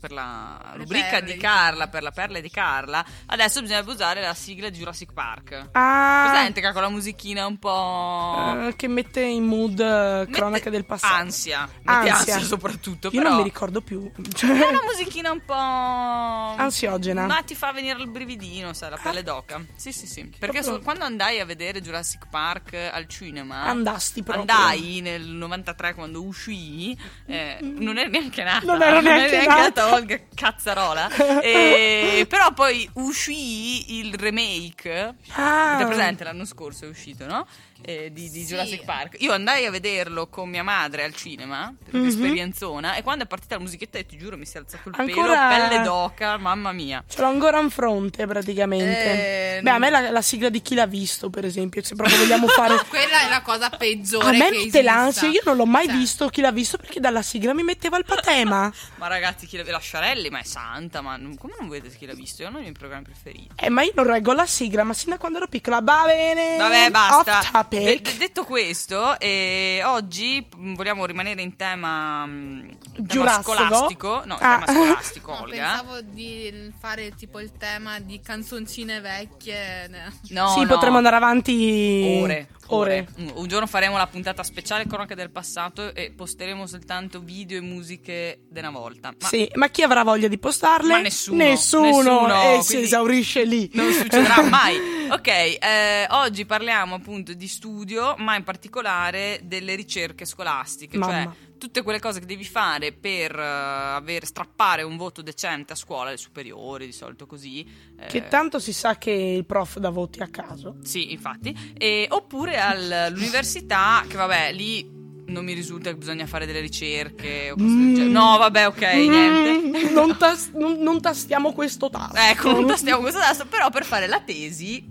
B: per la
C: Le
B: rubrica
C: perle
B: di
C: di-
B: Carla, per la perla di Carla, adesso bisogna usare la sigla di Jurassic Park.
A: Ah,
B: Presente che ha con la musichina un po'...
A: eh, che mette in mood eh, cronaca
B: Mette
A: del passato.
B: Ansia. Mette ansia, soprattutto.
A: Io
B: però
A: non mi ricordo più. Cioè,
B: È una musichina un po'.
A: Ansiogena.
B: Ma ti fa venire il brividino, sai, la pelle d'oca. Sì, sì, sì. Perché so- quando andai a vedere Jurassic Park eh, al cinema.
A: Andasti proprio.
B: Andai nel 93 quando uscii, eh, non ero neanche nata.
A: Mm. Non ero neanche nata.
B: Olga Cazzarola. E- però poi uscii il remake.
A: Ah.
B: Avete presente l'anno scorso è uscito, no? Eh, di di
C: Sì.
B: Jurassic Park. Io andai a vederlo con mia madre al cinema, per
A: Mhm.
B: un'esperienzona, e quando è partita la musichetta, io ti giuro, mi si è alzato il
A: Ancora-
B: pelo, pelle d'oca, mamma mia.
A: Ce l'ho ancora in fronte praticamente.
B: Eh,
A: Beh, a me la, la sigla di chi l'ha visto, per esempio, se proprio vogliamo fare...
C: Quella è la cosa peggiore.
A: A me
C: che
A: mette l'ansia,
C: esista.
A: io non l'ho mai
C: Cioè,
A: visto chi l'ha visto perché dalla sigla mi metteva il patema.
B: Ma ragazzi, chi la, la Sciarelli, ma è santa, ma non- come non vedete chi l'ha visto? È uno dei miei programmi preferiti.
A: eh, ma io non reggo la sigla, ma sin da quando ero piccola, va bene.
B: Vabbè,
A: Eh, Off
B: basta.
A: topic.
B: De- de- detto questo, eh, oggi mh, vogliamo rimanere in tema, mh, tema
A: Giurassico?
B: scolastico. No, in
A: Ah.
B: tema scolastico,
C: No,
B: Olga.
C: pensavo di fare tipo il tema di canzoncine vecchie. ne-
B: No,
A: sì,
B: no.
A: potremmo andare avanti
B: Ore, ore. Mm, Un- Un giorno faremo la puntata speciale cronaca del passato e posteremo soltanto video e musiche di una volta. Ma
A: Sì, ma chi avrà voglia di postarle?
B: Ma nessuno,
A: Nessuno,
B: nessuno,
A: e si
B: quindi
A: esaurisce lì.
B: non succederà mai. Ok, eh, oggi parliamo appunto di studio, ma in particolare delle ricerche scolastiche,
A: Mamma.
B: cioè tutte quelle cose che devi fare per eh, avere- strappare un voto decente a scuola, le superiori di solito così. eh,
A: Che tanto si sa che il prof dà voti a caso.
B: Sì, infatti. E- oppure all'università, che vabbè, lì non mi risulta che bisogna fare delle ricerche o cose del
A: Mm.
B: genere. No, vabbè, ok,
A: Mm,
B: niente.
A: Non, tas- non- non tastiamo questo tasto.
B: Ecco, non tastiamo questo tasto, però per fare la tesi,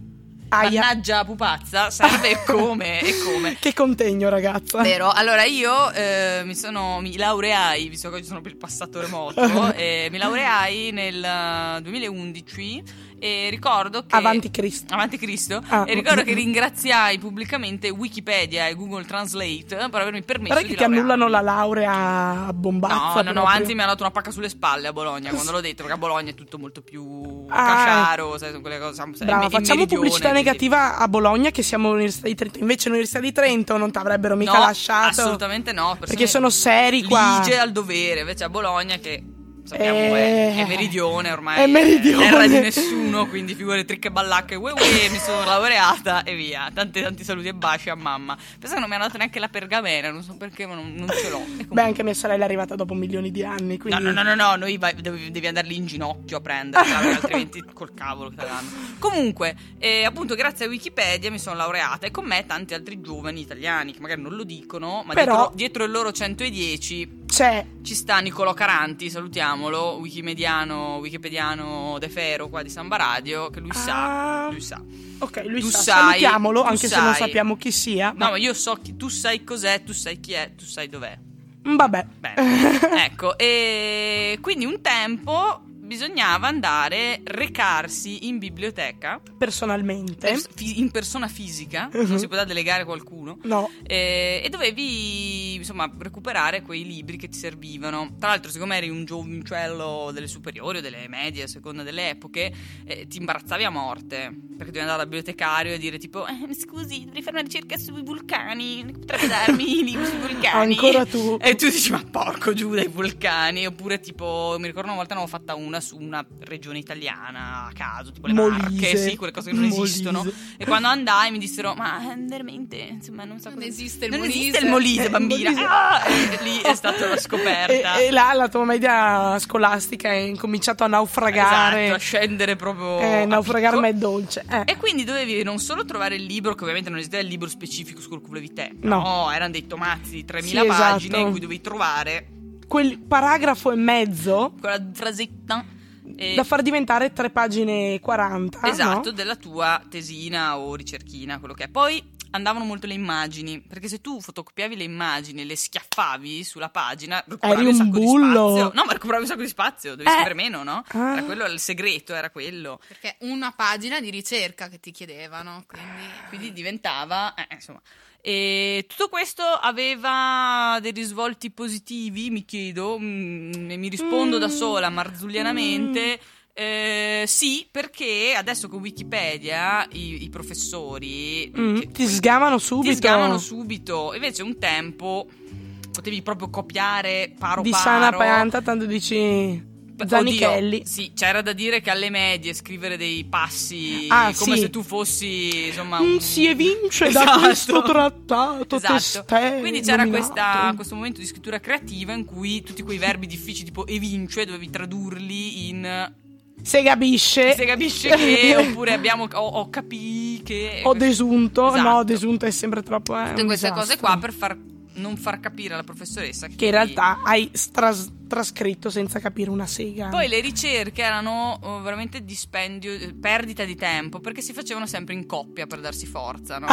A: Aia.
B: mannaggia pupazza, serve come e come.
A: Che contegno, ragazza.
B: Vero, allora io eh, mi sono mi laureai, visto che oggi sono per il passato remoto, eh, mi laureai nel eh, 2011 e ricordo che
A: Avanti Cristo.
B: Avanti Cristo.
A: Ah.
B: e ricordo che ringraziai pubblicamente Wikipedia e Google Translate per avermi permesso
A: Guarda
B: di
A: che ti
B: laurearmi.
A: annullano la laurea a
B: No,
A: bombazza.
B: no, no,
A: proprio.
B: anzi mi hanno dato una pacca sulle spalle a Bologna quando l'ho detto, perché a Bologna è tutto molto più
A: Ah,
B: cacciaro, sai, sono quelle cose, sai, il
A: Brava,
B: me- il
A: facciamo
B: meridione,
A: pubblicità
B: così.
A: negativa a Bologna che siamo l'Università di Trento. Invece l'Università di Trento non ti avrebbero mica
B: no,
A: lasciato.
B: Assolutamente no. persone
A: Perché sono seri qua.
B: Lige al dovere, invece a Bologna che sappiamo
A: Eh.
B: è, è meridione ormai.
A: È meridione.
B: Terra di nessuno, quindi figure tricche ballacche. Ue, ue, mi sono laureata e via. Tanti, tanti saluti e baci a mamma. Pensa che non mi hanno dato neanche la pergamena, non so perché, ma non, non ce l'ho. E comunque-
A: Beh, anche mia sorella è arrivata dopo milioni di
B: No,
A: anni. Quindi...
B: no, no, no, no, noi vai- devi, devi andare lì in ginocchio a prenderla, perché altrimenti col cavolo che te la danno. Comunque, eh, appunto, grazie a Wikipedia mi sono laureata e con me tanti altri giovani italiani che magari non lo dicono, ma
A: Però-
B: dietro, dietro il loro 110
A: C'è.
B: ci sta Nicolò Caranti, salutiamolo, wikimediano, wikipediano de Fero qua di Samba Radio, che lui sa,
A: Ah.
B: lui sa.
A: Ok, lui
B: Tu
A: sa.
B: sai,
A: salutiamolo,
B: tu
A: anche se non
B: sai.
A: sappiamo chi sia.
B: No, ma io so chi, tu sai cos'è, tu sai chi è, tu sai dov'è.
A: Mm, Vabbè.
B: Bene. ecco, e quindi un tempo bisognava andare recarsi in biblioteca
A: Personalmente.
B: pers- fi- in persona fisica, non si poteva delegare qualcuno.
A: No.
B: eh, E, dovevi insomma recuperare quei libri che ti servivano. Tra l'altro, siccome eri un giovincello delle superiori o delle medie, a seconda delle epoche, eh, ti imbarazzavi a morte perché dovevi andare dal bibliotecario e dire: Tipo, "Eh, scusi, dovrei fare una ricerca sui vulcani. Potrebbe darmi i libri sui vulcani?
A: Ancora tu.
B: E tu dici, ma porco giù dai vulcani. Oppure, tipo, mi ricordo una volta ne avevo fatta una su una regione italiana a caso, tipo le
A: Molise.
B: Marche, sì, quelle cose che non
A: Molise.
B: esistono. E quando andai mi dissero, ma eh, veramente, insomma, non so
C: Non
B: cosa-
C: esiste il
B: non
C: Molise."
B: esiste il Molise,
A: Eh,
B: bambina.
A: Molise.
B: Ah! E lì è stata la scoperta.
A: E, e là la tua media scolastica è incominciato a naufragare.
B: Esatto, a scendere proprio
A: Eh,
B: a
A: naufragare
B: picco.
A: ma è dolce. Eh.
B: E quindi dovevi non solo trovare il libro, che ovviamente non esisteva il libro specifico su cui volevi te,
A: No.
B: erano dei tomazzi di 3.000
A: Sì, esatto.
B: pagine in cui dovevi trovare
A: Quel paragrafo e mezzo
B: quella frasetta. eh,
A: da far diventare tre pagine e 40.
B: Esatto,
A: Ah, no?
B: della tua tesina o ricerchina, quello che è. Poi andavano molto le immagini, perché se tu fotocopiavi le immagini e le schiaffavi sulla pagina, recuperavi
A: Eri
B: un
A: un
B: sacco
A: bullo.
B: di spazio. No, ma recuperavi un sacco di spazio, dovevi
A: Eh.
B: sapere meno, no?
A: Ah.
B: Era quello il segreto, era quello.
C: Perché una pagina di ricerca che ti chiedevano. Quindi.
B: Ah. Quindi diventava, eh, insomma. E tutto questo aveva dei risvolti positivi, mi chiedo, mm, e mi rispondo da sola
A: Mm.
B: marzullianamente. Eh, sì, perché adesso con Wikipedia i, i professori
A: Mm,
B: che-
A: ti sgamano subito.
B: ti sgamano subito. Invece un tempo potevi proprio copiare paro
A: Di
B: paro.
A: sana pianta, tanto dici.
B: Beh,
A: Zanichelli.
B: oddio, sì, c'era da dire che alle medie scrivere dei passi
A: Ah,
B: come
A: sì.
B: se tu fossi, insomma,
A: Mm,
B: un-
A: si evince da
B: Esatto.
A: questo trattato
B: Esatto.
A: testé
B: Quindi c'era
A: nominato.
B: questa- questo momento di scrittura creativa in cui tutti quei verbi difficili tipo evince dovevi tradurli in
A: Se capisce.
B: se capisce che oppure abbiamo ho, ho capì che
A: Eh. Ho desunto. No, ho
B: Esatto.
A: desunto è sempre troppo. eh,
B: tutte
A: un
B: queste cose
A: disastro.
B: qua per far non far capire alla professoressa che,
A: Che in realtà hai stras- trascritto senza capire una sega.
B: Poi le ricerche erano oh, veramente dispendio, eh, perdita di tempo, perché si facevano sempre in coppia per darsi forza, no?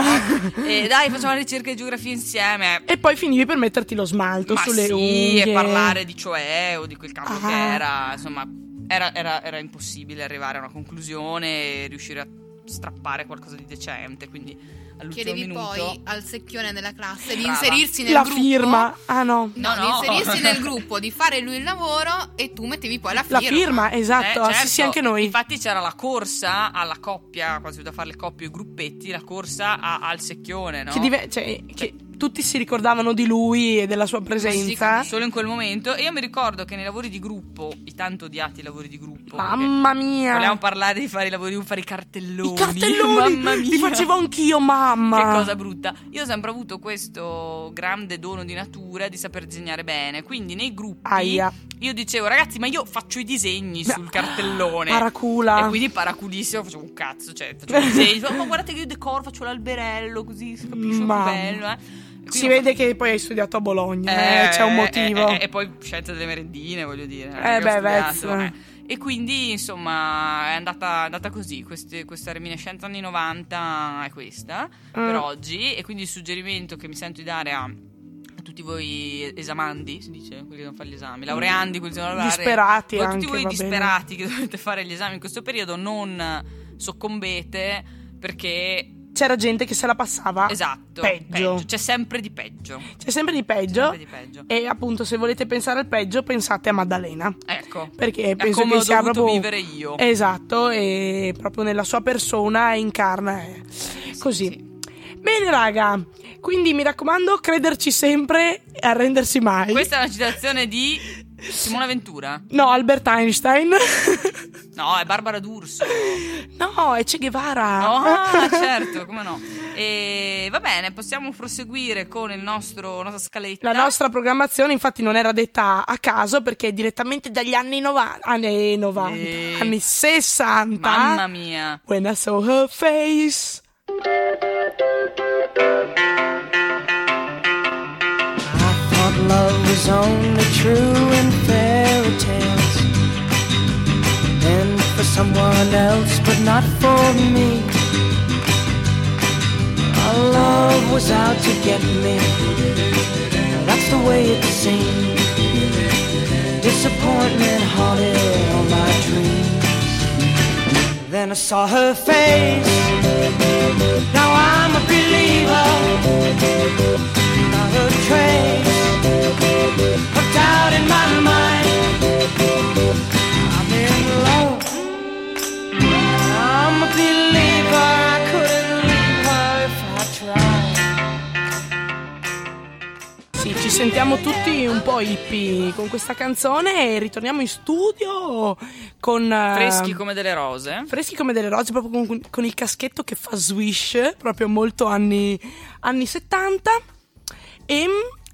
B: e dai, facciamo la ricerca di geografia insieme.
A: E poi finivi per metterti lo smalto
B: Ma
A: sulle
B: sì,
A: unghie.
B: e parlare di cioè o di quel cavolo
A: Ah.
B: che era, insomma, era, era- era impossibile arrivare a una conclusione e riuscire a strappare qualcosa di decente, quindi all'ultimo
C: Chiedevi
B: minuto... Eh,
C: poi al secchione della classe di
B: Brava.
C: inserirsi nel
A: La
C: gruppo.
A: firma. Ah no.
C: No,
B: No,
C: di
B: no.
C: inserirsi nel gruppo, di fare lui il lavoro e tu mettevi poi la
A: La
C: firma.
A: firma, esatto.
B: Eh,
A: ah,
B: certo.
A: Sì, sì, anche noi.
B: Infatti c'era la corsa alla coppia, quasi da fare le coppie e gruppetti, la corsa a- al secchione, no?
A: Che, dive- cioè, che tutti si ricordavano di lui e della sua presenza.
B: Solo in quel momento. E io mi ricordo che nei lavori di gruppo, i tanto odiati lavori di gruppo. perché
A: Mamma mia.
B: Vogliamo parlare di fare i lavori, fare i cartelloni.
A: I cartelloni
B: Mamma mia.
A: li facevo anch'io, mamma.
B: Che cosa brutta. Io ho sempre avuto questo grande dono di natura di saper disegnare bene. Quindi nei gruppi
A: Aia.
B: io dicevo, ragazzi, ma io faccio i disegni sul cartellone.
A: Paracula.
B: E quindi paraculissimo facevo un cazzo, cioè facevo un disegno. ma guardate che io decoro, faccio l'alberello così si capisce
A: Ma-
B: che bello, eh. E
A: Si
B: quindi ho
A: vede che poi hai studiato a Bologna, eh,
B: eh,
A: c'è un
B: eh,
A: motivo.
B: eh, eh, E poi scienza delle merendine, voglio dire.
A: Eh,
B: perché
A: beh,
B: ho studiato, eh.
A: Vezzo.
B: E quindi, insomma, è andata, è andata così. Queste, questa reminiscenza anni 90 è questa
A: Mm.
B: per oggi. E quindi il suggerimento che mi sento di dare a a tutti voi esamandi, si dice, quelli che devono fare gli esami, laureandi, quelli che devono lavorare.
A: Disperati
B: a tutti
A: anche,
B: voi
A: va bene.
B: disperati che dovete fare gli esami in questo periodo, non soccombete perché...
A: C'era gente che se la passava.
B: Esatto,
A: Ah, peggio.
B: c'è sempre di peggio.
A: C'è sempre di peggio.
B: Sempre di peggio.
A: E appunto, se volete pensare al peggio, pensate a Maddalena.
B: Ecco.
A: Perché
B: È
A: penso
B: come
A: che
B: ho
A: sia
B: dovuto
A: proprio
B: vivere io.
A: Esatto, e proprio nella sua persona incarna eh, così. Bene, raga. Quindi mi raccomando, crederci sempre e arrendersi mai.
B: Questa è una citazione di Simona Ventura.
A: No, Albert Einstein.
B: No, è Barbara D'Urso.
A: no, è Che Guevara.
B: No, ah, certo, come no. E va bene, possiamo proseguire con il nostro nostra scaletta.
A: La nostra programmazione infatti non era detta a caso perché è direttamente dagli anni 90, anni, 90,
B: Eh.
A: anni 60.
B: Mamma mia.
A: When I saw her face.
H: I thought love was only true in fairy tales and for someone else, but not for me. Our love was out to get me. That's the way it seemed. Disappointment haunted all my dreams. Then I saw her face. Now I'm a believer not a trace of doubt in my mind. I'm in love. I'm a believer. I couldn't leave her if I tried.
A: Sì, ci sentiamo tutti un po' hippie con questa canzone e ritorniamo in studio con... eh,
B: Freschi come delle rose.
A: freschi come delle rose, proprio con, con il caschetto che fa swish, proprio molto anni, anni 70. E...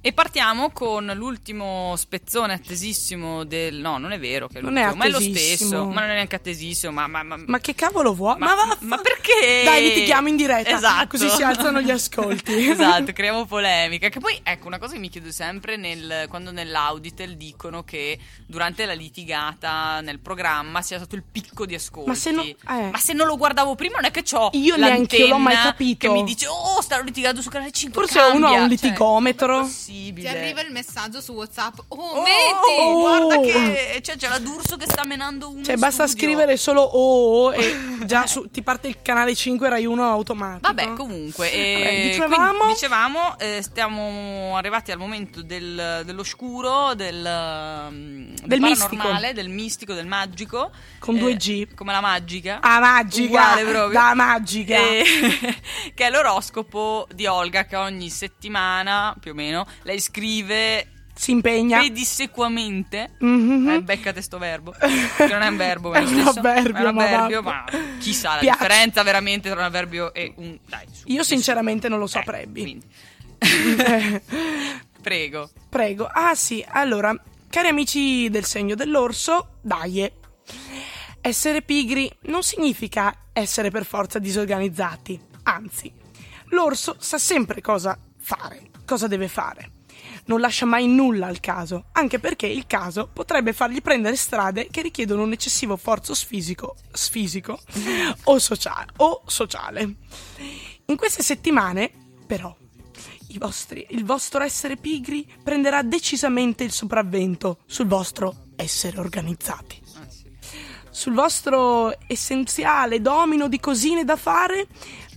B: E partiamo con l'ultimo spezzone attesissimo del no, non è vero che è
A: Non è
B: l'ultimo, ma è lo
A: attesissimo.
B: stesso, ma non è neanche attesissimo, ma, ma, ma-
A: Ma che cavolo vuoi? Oh, Ma, va-
B: ma perché?
A: Dai, litighiamo in diretta.
B: Esatto.
A: Così si alzano gli ascolti.
B: esatto, creiamo polemica. Che poi, ecco, una cosa che mi chiedo sempre nel- quando nell'auditel dicono che durante la litigata nel programma sia stato il picco di ascolti.
A: Ma se non- eh.
B: Ma se non lo guardavo prima non è che c'ho
A: Io neanche
B: l'antenna
A: l'ho mai capito.
B: Che mi dice, oh, stanno litigando su Canale 5.
A: Forse
B: cambia."
A: uno ha un
B: Cioè,
A: litigometro.
B: ma è possibile.
C: Ti arriva il messaggio su WhatsApp. Oh,
B: Oh,
C: metti!
B: oh, guarda
A: Oh.
B: che cioè, c'è la D'Urso che sta menando uno
A: Cioè,
B: in
A: basta
B: studio.
A: scrivere solo oh, oh, e già su- ti parte il canale 5 Rai 1 automatico.
B: Vabbè, comunque, eh,
A: Vabbè,
B: dicevamo,
A: dicevamo-
B: dicevamo eh, stiamo arrivati al momento del- dell'oscuro, del, mm, del
A: Del mistico.
B: paranormale, del mistico, del magico. Eh,
A: Con due G.
B: Come la magica.
A: Ah, magica.
B: Uguale proprio.
A: Da magica.
B: Eh, che è l'oroscopo di Olga che ogni settimana, più o meno, lei scrive
A: Si impegna.
B: pedissequamente.
A: Mhm.
B: Eh, beccate sto verbo, che non è un verbo, ma è, lo
A: È un
B: stesso.
A: avverbio,
B: È un
A: ma
B: avverbio, ma,
A: va.
B: chissà la
A: Piace.
B: differenza veramente tra un avverbio e un... Dai, su,
A: Io
B: su.
A: sinceramente non lo
B: Eh,
A: saprei.
B: quindi. Prego.
A: Prego. Ah sì, allora, cari amici del segno dell'orso, daje. Essere pigri non significa essere per forza disorganizzati, anzi, l'orso sa sempre cosa fare, cosa deve fare. Non lascia mai nulla al caso, anche perché il caso potrebbe fargli prendere strade che richiedono un eccessivo forzo sfisico, sfisico o, socia- o sociale. In queste settimane, però, i vostri- il vostro essere pigri prenderà decisamente il sopravvento sul vostro essere organizzati. Sul vostro essenziale domino di cosine da fare,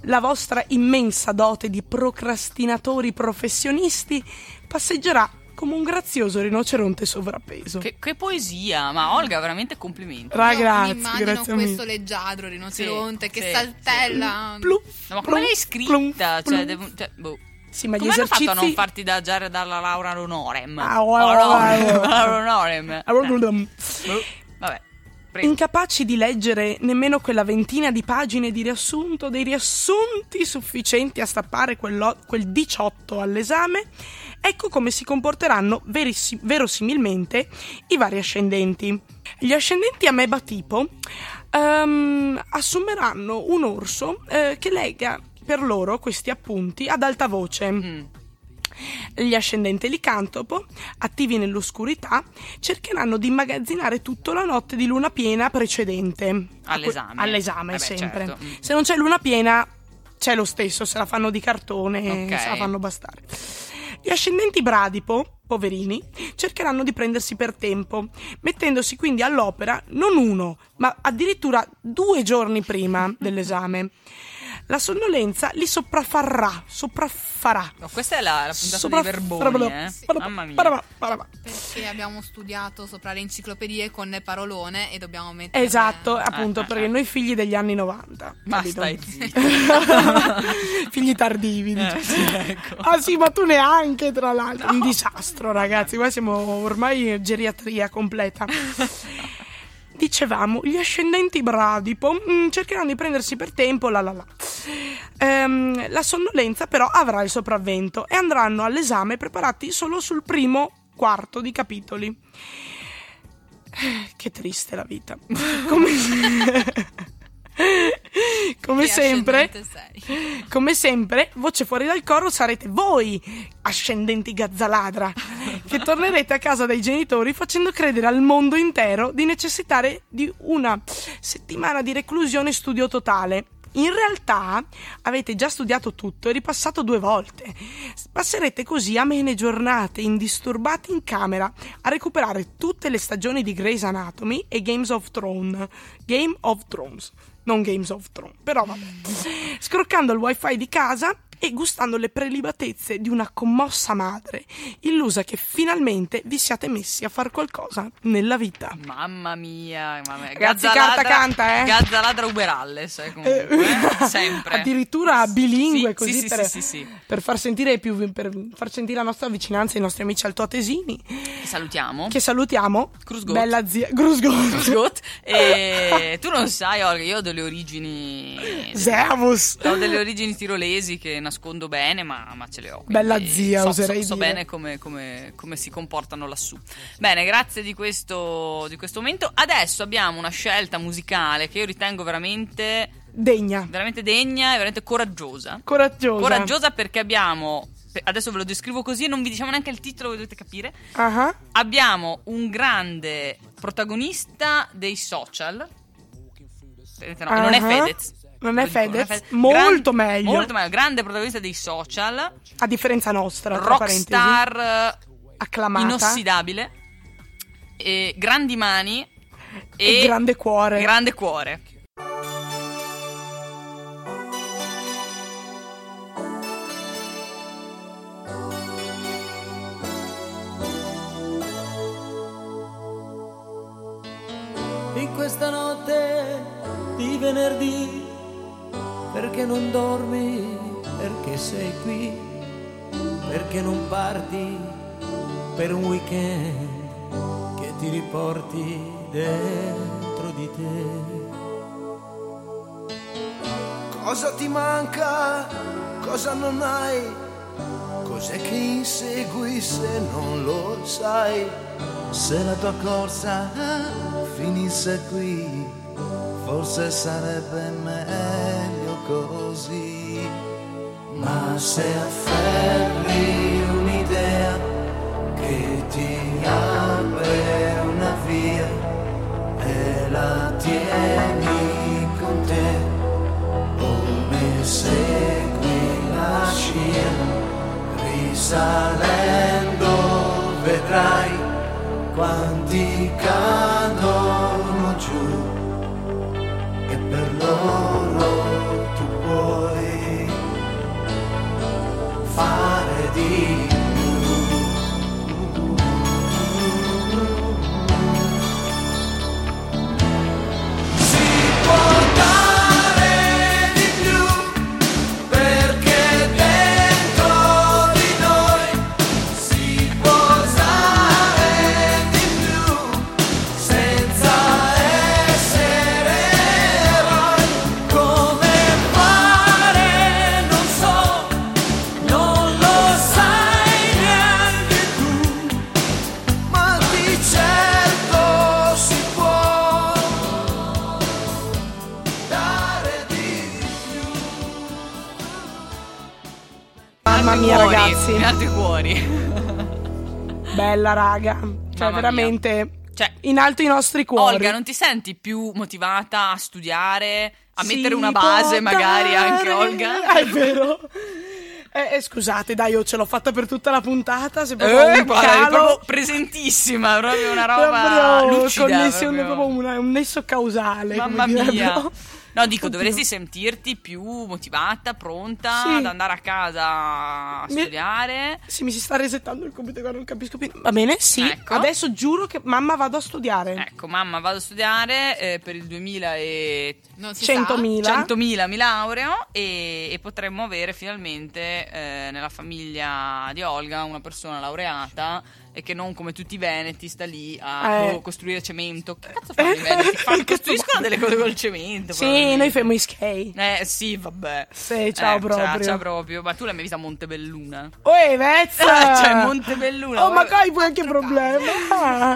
A: la vostra immensa dote di procrastinatori professionisti passeggerà come un grazioso rinoceronte sovrappeso.
B: Che, che poesia, ma Olga, veramente complimenti.
A: Ra,
C: Io mi
A: grazie,
C: immagino
A: grazie a
C: questo
A: me.
C: leggiadro rinoceronte
B: Sì,
C: che
B: sì,
C: saltella.
B: No, ma come l'hai scritta? cioè, devo- cioè, boh.
A: Sì, ma gli
B: Come hanno
A: esercizi...
B: fatto a non farti da dare dalla Laura Lonorem?
A: Ah, oh, oh,
B: Onorem,
A: oh, oh.
B: Onorem.
A: Ah, blum.
B: Eh, boh, Vabbè, prego.
A: Incapaci di leggere nemmeno quella ventina di pagine di riassunto, dei riassunti sufficienti a stappare quello- quel 18 all'esame, ecco come si comporteranno verissi- verosimilmente i vari ascendenti. Gli ascendenti ameba tipo ehm, assumeranno un orso eh, che lega per loro questi appunti ad alta voce
B: Mm.
A: gli ascendenti licantopo, attivi nell'oscurità, cercheranno di immagazzinare tutto la notte di luna piena precedente.
B: All'esame.
A: A que- All'esame,
B: Vabbè,
A: sempre.
B: certo. Mm.
A: Se non c'è luna piena, c'è lo stesso, se la fanno di cartone,
B: Ok.
A: se la fanno bastare. Gli ascendenti bradipo, poverini, cercheranno di prendersi per tempo, mettendosi quindi all'opera non uno, ma addirittura due giorni prima dell'esame. La sonnolenza li sopraffarrà, sopraffarà.
B: No, questa è la, la puntata
A: Sopra-
B: dei verboni,
A: parabà-
B: eh.
A: parabà-
B: Mamma mia.
A: parabà- parabà.
C: Perché abbiamo studiato sopra le enciclopedie con le parolone e dobbiamo mettere.
A: Esatto, appunto,
B: ah, ah.
A: perché noi figli degli anni 90.
B: Ma
A: capito?
B: stai zitta.
A: figli tardivi.
B: Eh,
A: dice.
B: sì, ecco.
A: Ah sì, ma tu neanche, tra l'altro. Un disastro, ragazzi. Qua siamo ormai in geriatria completa. Dicevamo, gli ascendenti bradipo mm, cercheranno di prendersi per tempo, la la la. Ehm, la sonnolenza però avrà il sopravvento e andranno all'esame preparati solo sul primo quarto di capitoli. Che triste la vita. Come, Come
C: Che
A: sempre,
C: ascendente sei.
A: come sempre, voce fuori dal coro sarete voi, ascendenti gazzaladra, che tornerete a casa dai genitori facendo credere al mondo intero di necessitare di una settimana di reclusione e studio totale. In realtà avete già studiato tutto e ripassato due volte. Passerete così amene giornate indisturbate in camera a recuperare tutte le stagioni di Grey's Anatomy e Games of Thrones. Game of Thrones non Games of Thrones, però vabbè. Scroccando il wifi di casa e gustando le prelibatezze di una commossa madre, illusa che finalmente vi siate messi a far qualcosa nella vita.
B: Mamma mia, mamma mia.
A: Ragazzi,
B: Gazzaladra-
A: carta canta, eh.
B: Gazzaladra Uberalles, eh, comunque. eh, Sempre.
A: Addirittura bilingue
B: Sì,
A: così
B: sì, sì,
A: per,
B: sì, sì, sì.
A: per far sentire più per far sentire la nostra vicinanza ai nostri amici altoatesini
B: Ti salutiamo.
A: che salutiamo
B: Cruzgot.
A: bella zia Grusgot
B: Scott. E tu non sai, Olga, io ho delle origini.
A: Servus
B: Ho delle origini tirolesi che nascondo bene, ma, ma ce le ho. quindi
A: Bella zia,
B: so,
A: oserei
B: so, so
A: dire.
B: bene come, come- come si comportano lassù. Bene, grazie di questo, di questo momento. Adesso abbiamo una scelta musicale che io ritengo veramente,
A: degna
B: veramente degna e veramente coraggiosa.
A: coraggiosa
B: Coraggiosa perché abbiamo. pe- Adesso ve lo descrivo così, non vi diciamo neanche il titolo, voi dovete capire.
A: Ah ah.
B: Abbiamo un grande protagonista dei social. Tenete, no, Non è
A: Ah.
B: Fedez.
A: Non è
B: Lo dico,
A: Fedez,
B: Fedez.
A: molto
B: Gran-
A: meglio.
B: Molto meglio, grande protagonista dei social,
A: A differenza nostra, tra parentesi.
B: rockstar
A: Acclamata.
B: inossidabile, e grandi mani
A: E, grande cuore.
B: grande cuore.
I: in questa notte di venerdì, perché non dormi, perché sei qui, perché non parti per un weekend che ti riporti dentro di te.
F: Cosa ti manca? Cosa non hai? Cos'è che insegui se non lo sai?
I: Se la tua corsa finisse qui, forse sarebbe meglio così. Ma se afferri un'idea che ti apre una via e la tieni con te, come segui la scia, risalendo vedrai quanti cadono giù e per loro tu puoi fare di più. Si può dare di più perché dentro di noi si può usare di più senza essere eroi. Come fare non so, non lo sai neanche tu, ma di certo si può dare di
A: Mamma
B: Altri
A: mia,
B: cuori,
A: ragazzi.
B: Altri cuori.
A: Bella raga. Cioè,
B: Mamma mia.
A: veramente.
B: Cioè,
A: In alto i nostri cuori.
B: Olga, non ti senti più motivata a studiare, a
A: Si
B: mettere una base
A: può
B: magari
A: dare-
B: anche Olga?
A: È vero. Eh, eh, scusate, dai, io ce l'ho fatta per tutta la puntata. Se proprio
B: Eh,
A: un
B: guarda, è
A: calo,
B: proprio presentissima, proprio una roba
A: proprio
B: lucida.
A: connessione,
B: proprio.
A: proprio una- un nesso causale. come
B: Mamma mia.
A: direbbero.
B: No, dico,
A: Oddio.
B: dovresti sentirti più motivata, pronta
A: Sì.
B: ad andare a casa a
A: Mi-
B: studiare.
A: Sì, mi si sta resettando il computer, guarda, non capisco più. Va bene, sì.
B: Ecco.
A: Adesso giuro che mamma vado a studiare.
B: Ecco, mamma, vado a studiare eh, per il 2000 e...
C: Non si sa.
A: 100.000.
B: 100.000 mi laureo e, e potremmo avere finalmente eh, nella famiglia di Olga una persona laureata e che non come tutti i veneti sta lì a
A: Eh.
B: co- costruire cemento. Che cazzo fanno i veneti? Fanno-
A: Che
B: costruiscono
A: cazzo-
B: delle cose col cemento.
A: Sì,
B: probabilmente.
A: noi fermo i skate.
B: Eh sì, vabbè.
A: Sì, ciao
B: Eh,
A: proprio. Eh,
B: Ciao, ciao proprio. Ma tu l'hai mai vista a Montebelluna?
A: Oe, Vezza!
B: Cioè, Montebelluna,
A: Oh, ma
B: vabbè.
A: qua hai qualche problema?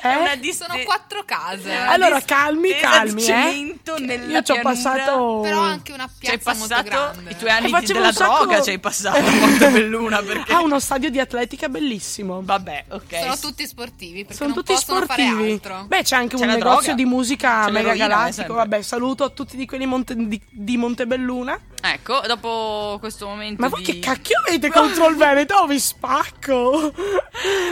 B: È una
A: Eh?
B: dis-
C: Sono quattro case.
B: una
A: Allora,
B: distesa
A: calmi,
B: di
A: calmi, eh.
B: cemento nella
A: Io ci ho
B: pianura.
A: passato...
C: Però anche una
B: Ci hai
C: piazza molto
B: passato
C: grande.
B: i tuoi anni
A: E
B: di-
A: facevo
B: della
A: un sacco-
B: droga, ci hai passato a Montebelluna perché...
A: Ha Ah, uno stadio di atletica bellissimo.
B: Vabbè, ok.
C: Sono tutti sportivi perché
A: Sono
C: non
A: tutti
C: possono fare
A: sportivi.
C: altro.
A: Beh, c'è anche
B: C'è
A: un
B: la
A: negozio
B: droga.
A: di musica
B: C'è
A: mega
B: l'eroina,
A: galattico.
B: sempre.
A: Vabbè, saluto a tutti di quelli monte- di, di Montebelluna.
B: Ecco, dopo questo momento
A: Ma voi
B: di-
A: che cacchio avete contro il Veneto? Oh, Vi spacco.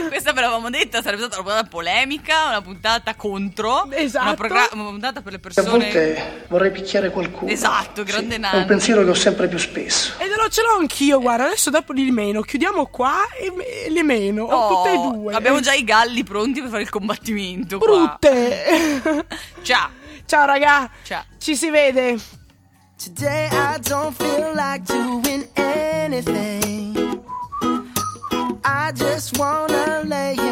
B: Questa ve l'avevamo detta, sarebbe stata una puntata polemica, una puntata contro,
A: Esatto.
B: una, progra- una puntata per le
J: A
B: persone...
J: volte vorrei picchiare qualcuno.
B: Esatto, grande
J: È un
B: nano.
J: pensiero che ho sempre più spesso.
A: E lo ce l'ho anch'io, guarda. Adesso dopo li meno. Chiudiamo qua e me- le meno. Ho tutte e
B: Oh,
A: due.
B: Abbiamo già i galli pronti per fare il combattimento. qua.
A: Brutte.
B: Ciao.
A: Ciao, raga.
B: Ciao.
A: Ci si vede.
D: Today I don't feel like doing anything. I just wanna lay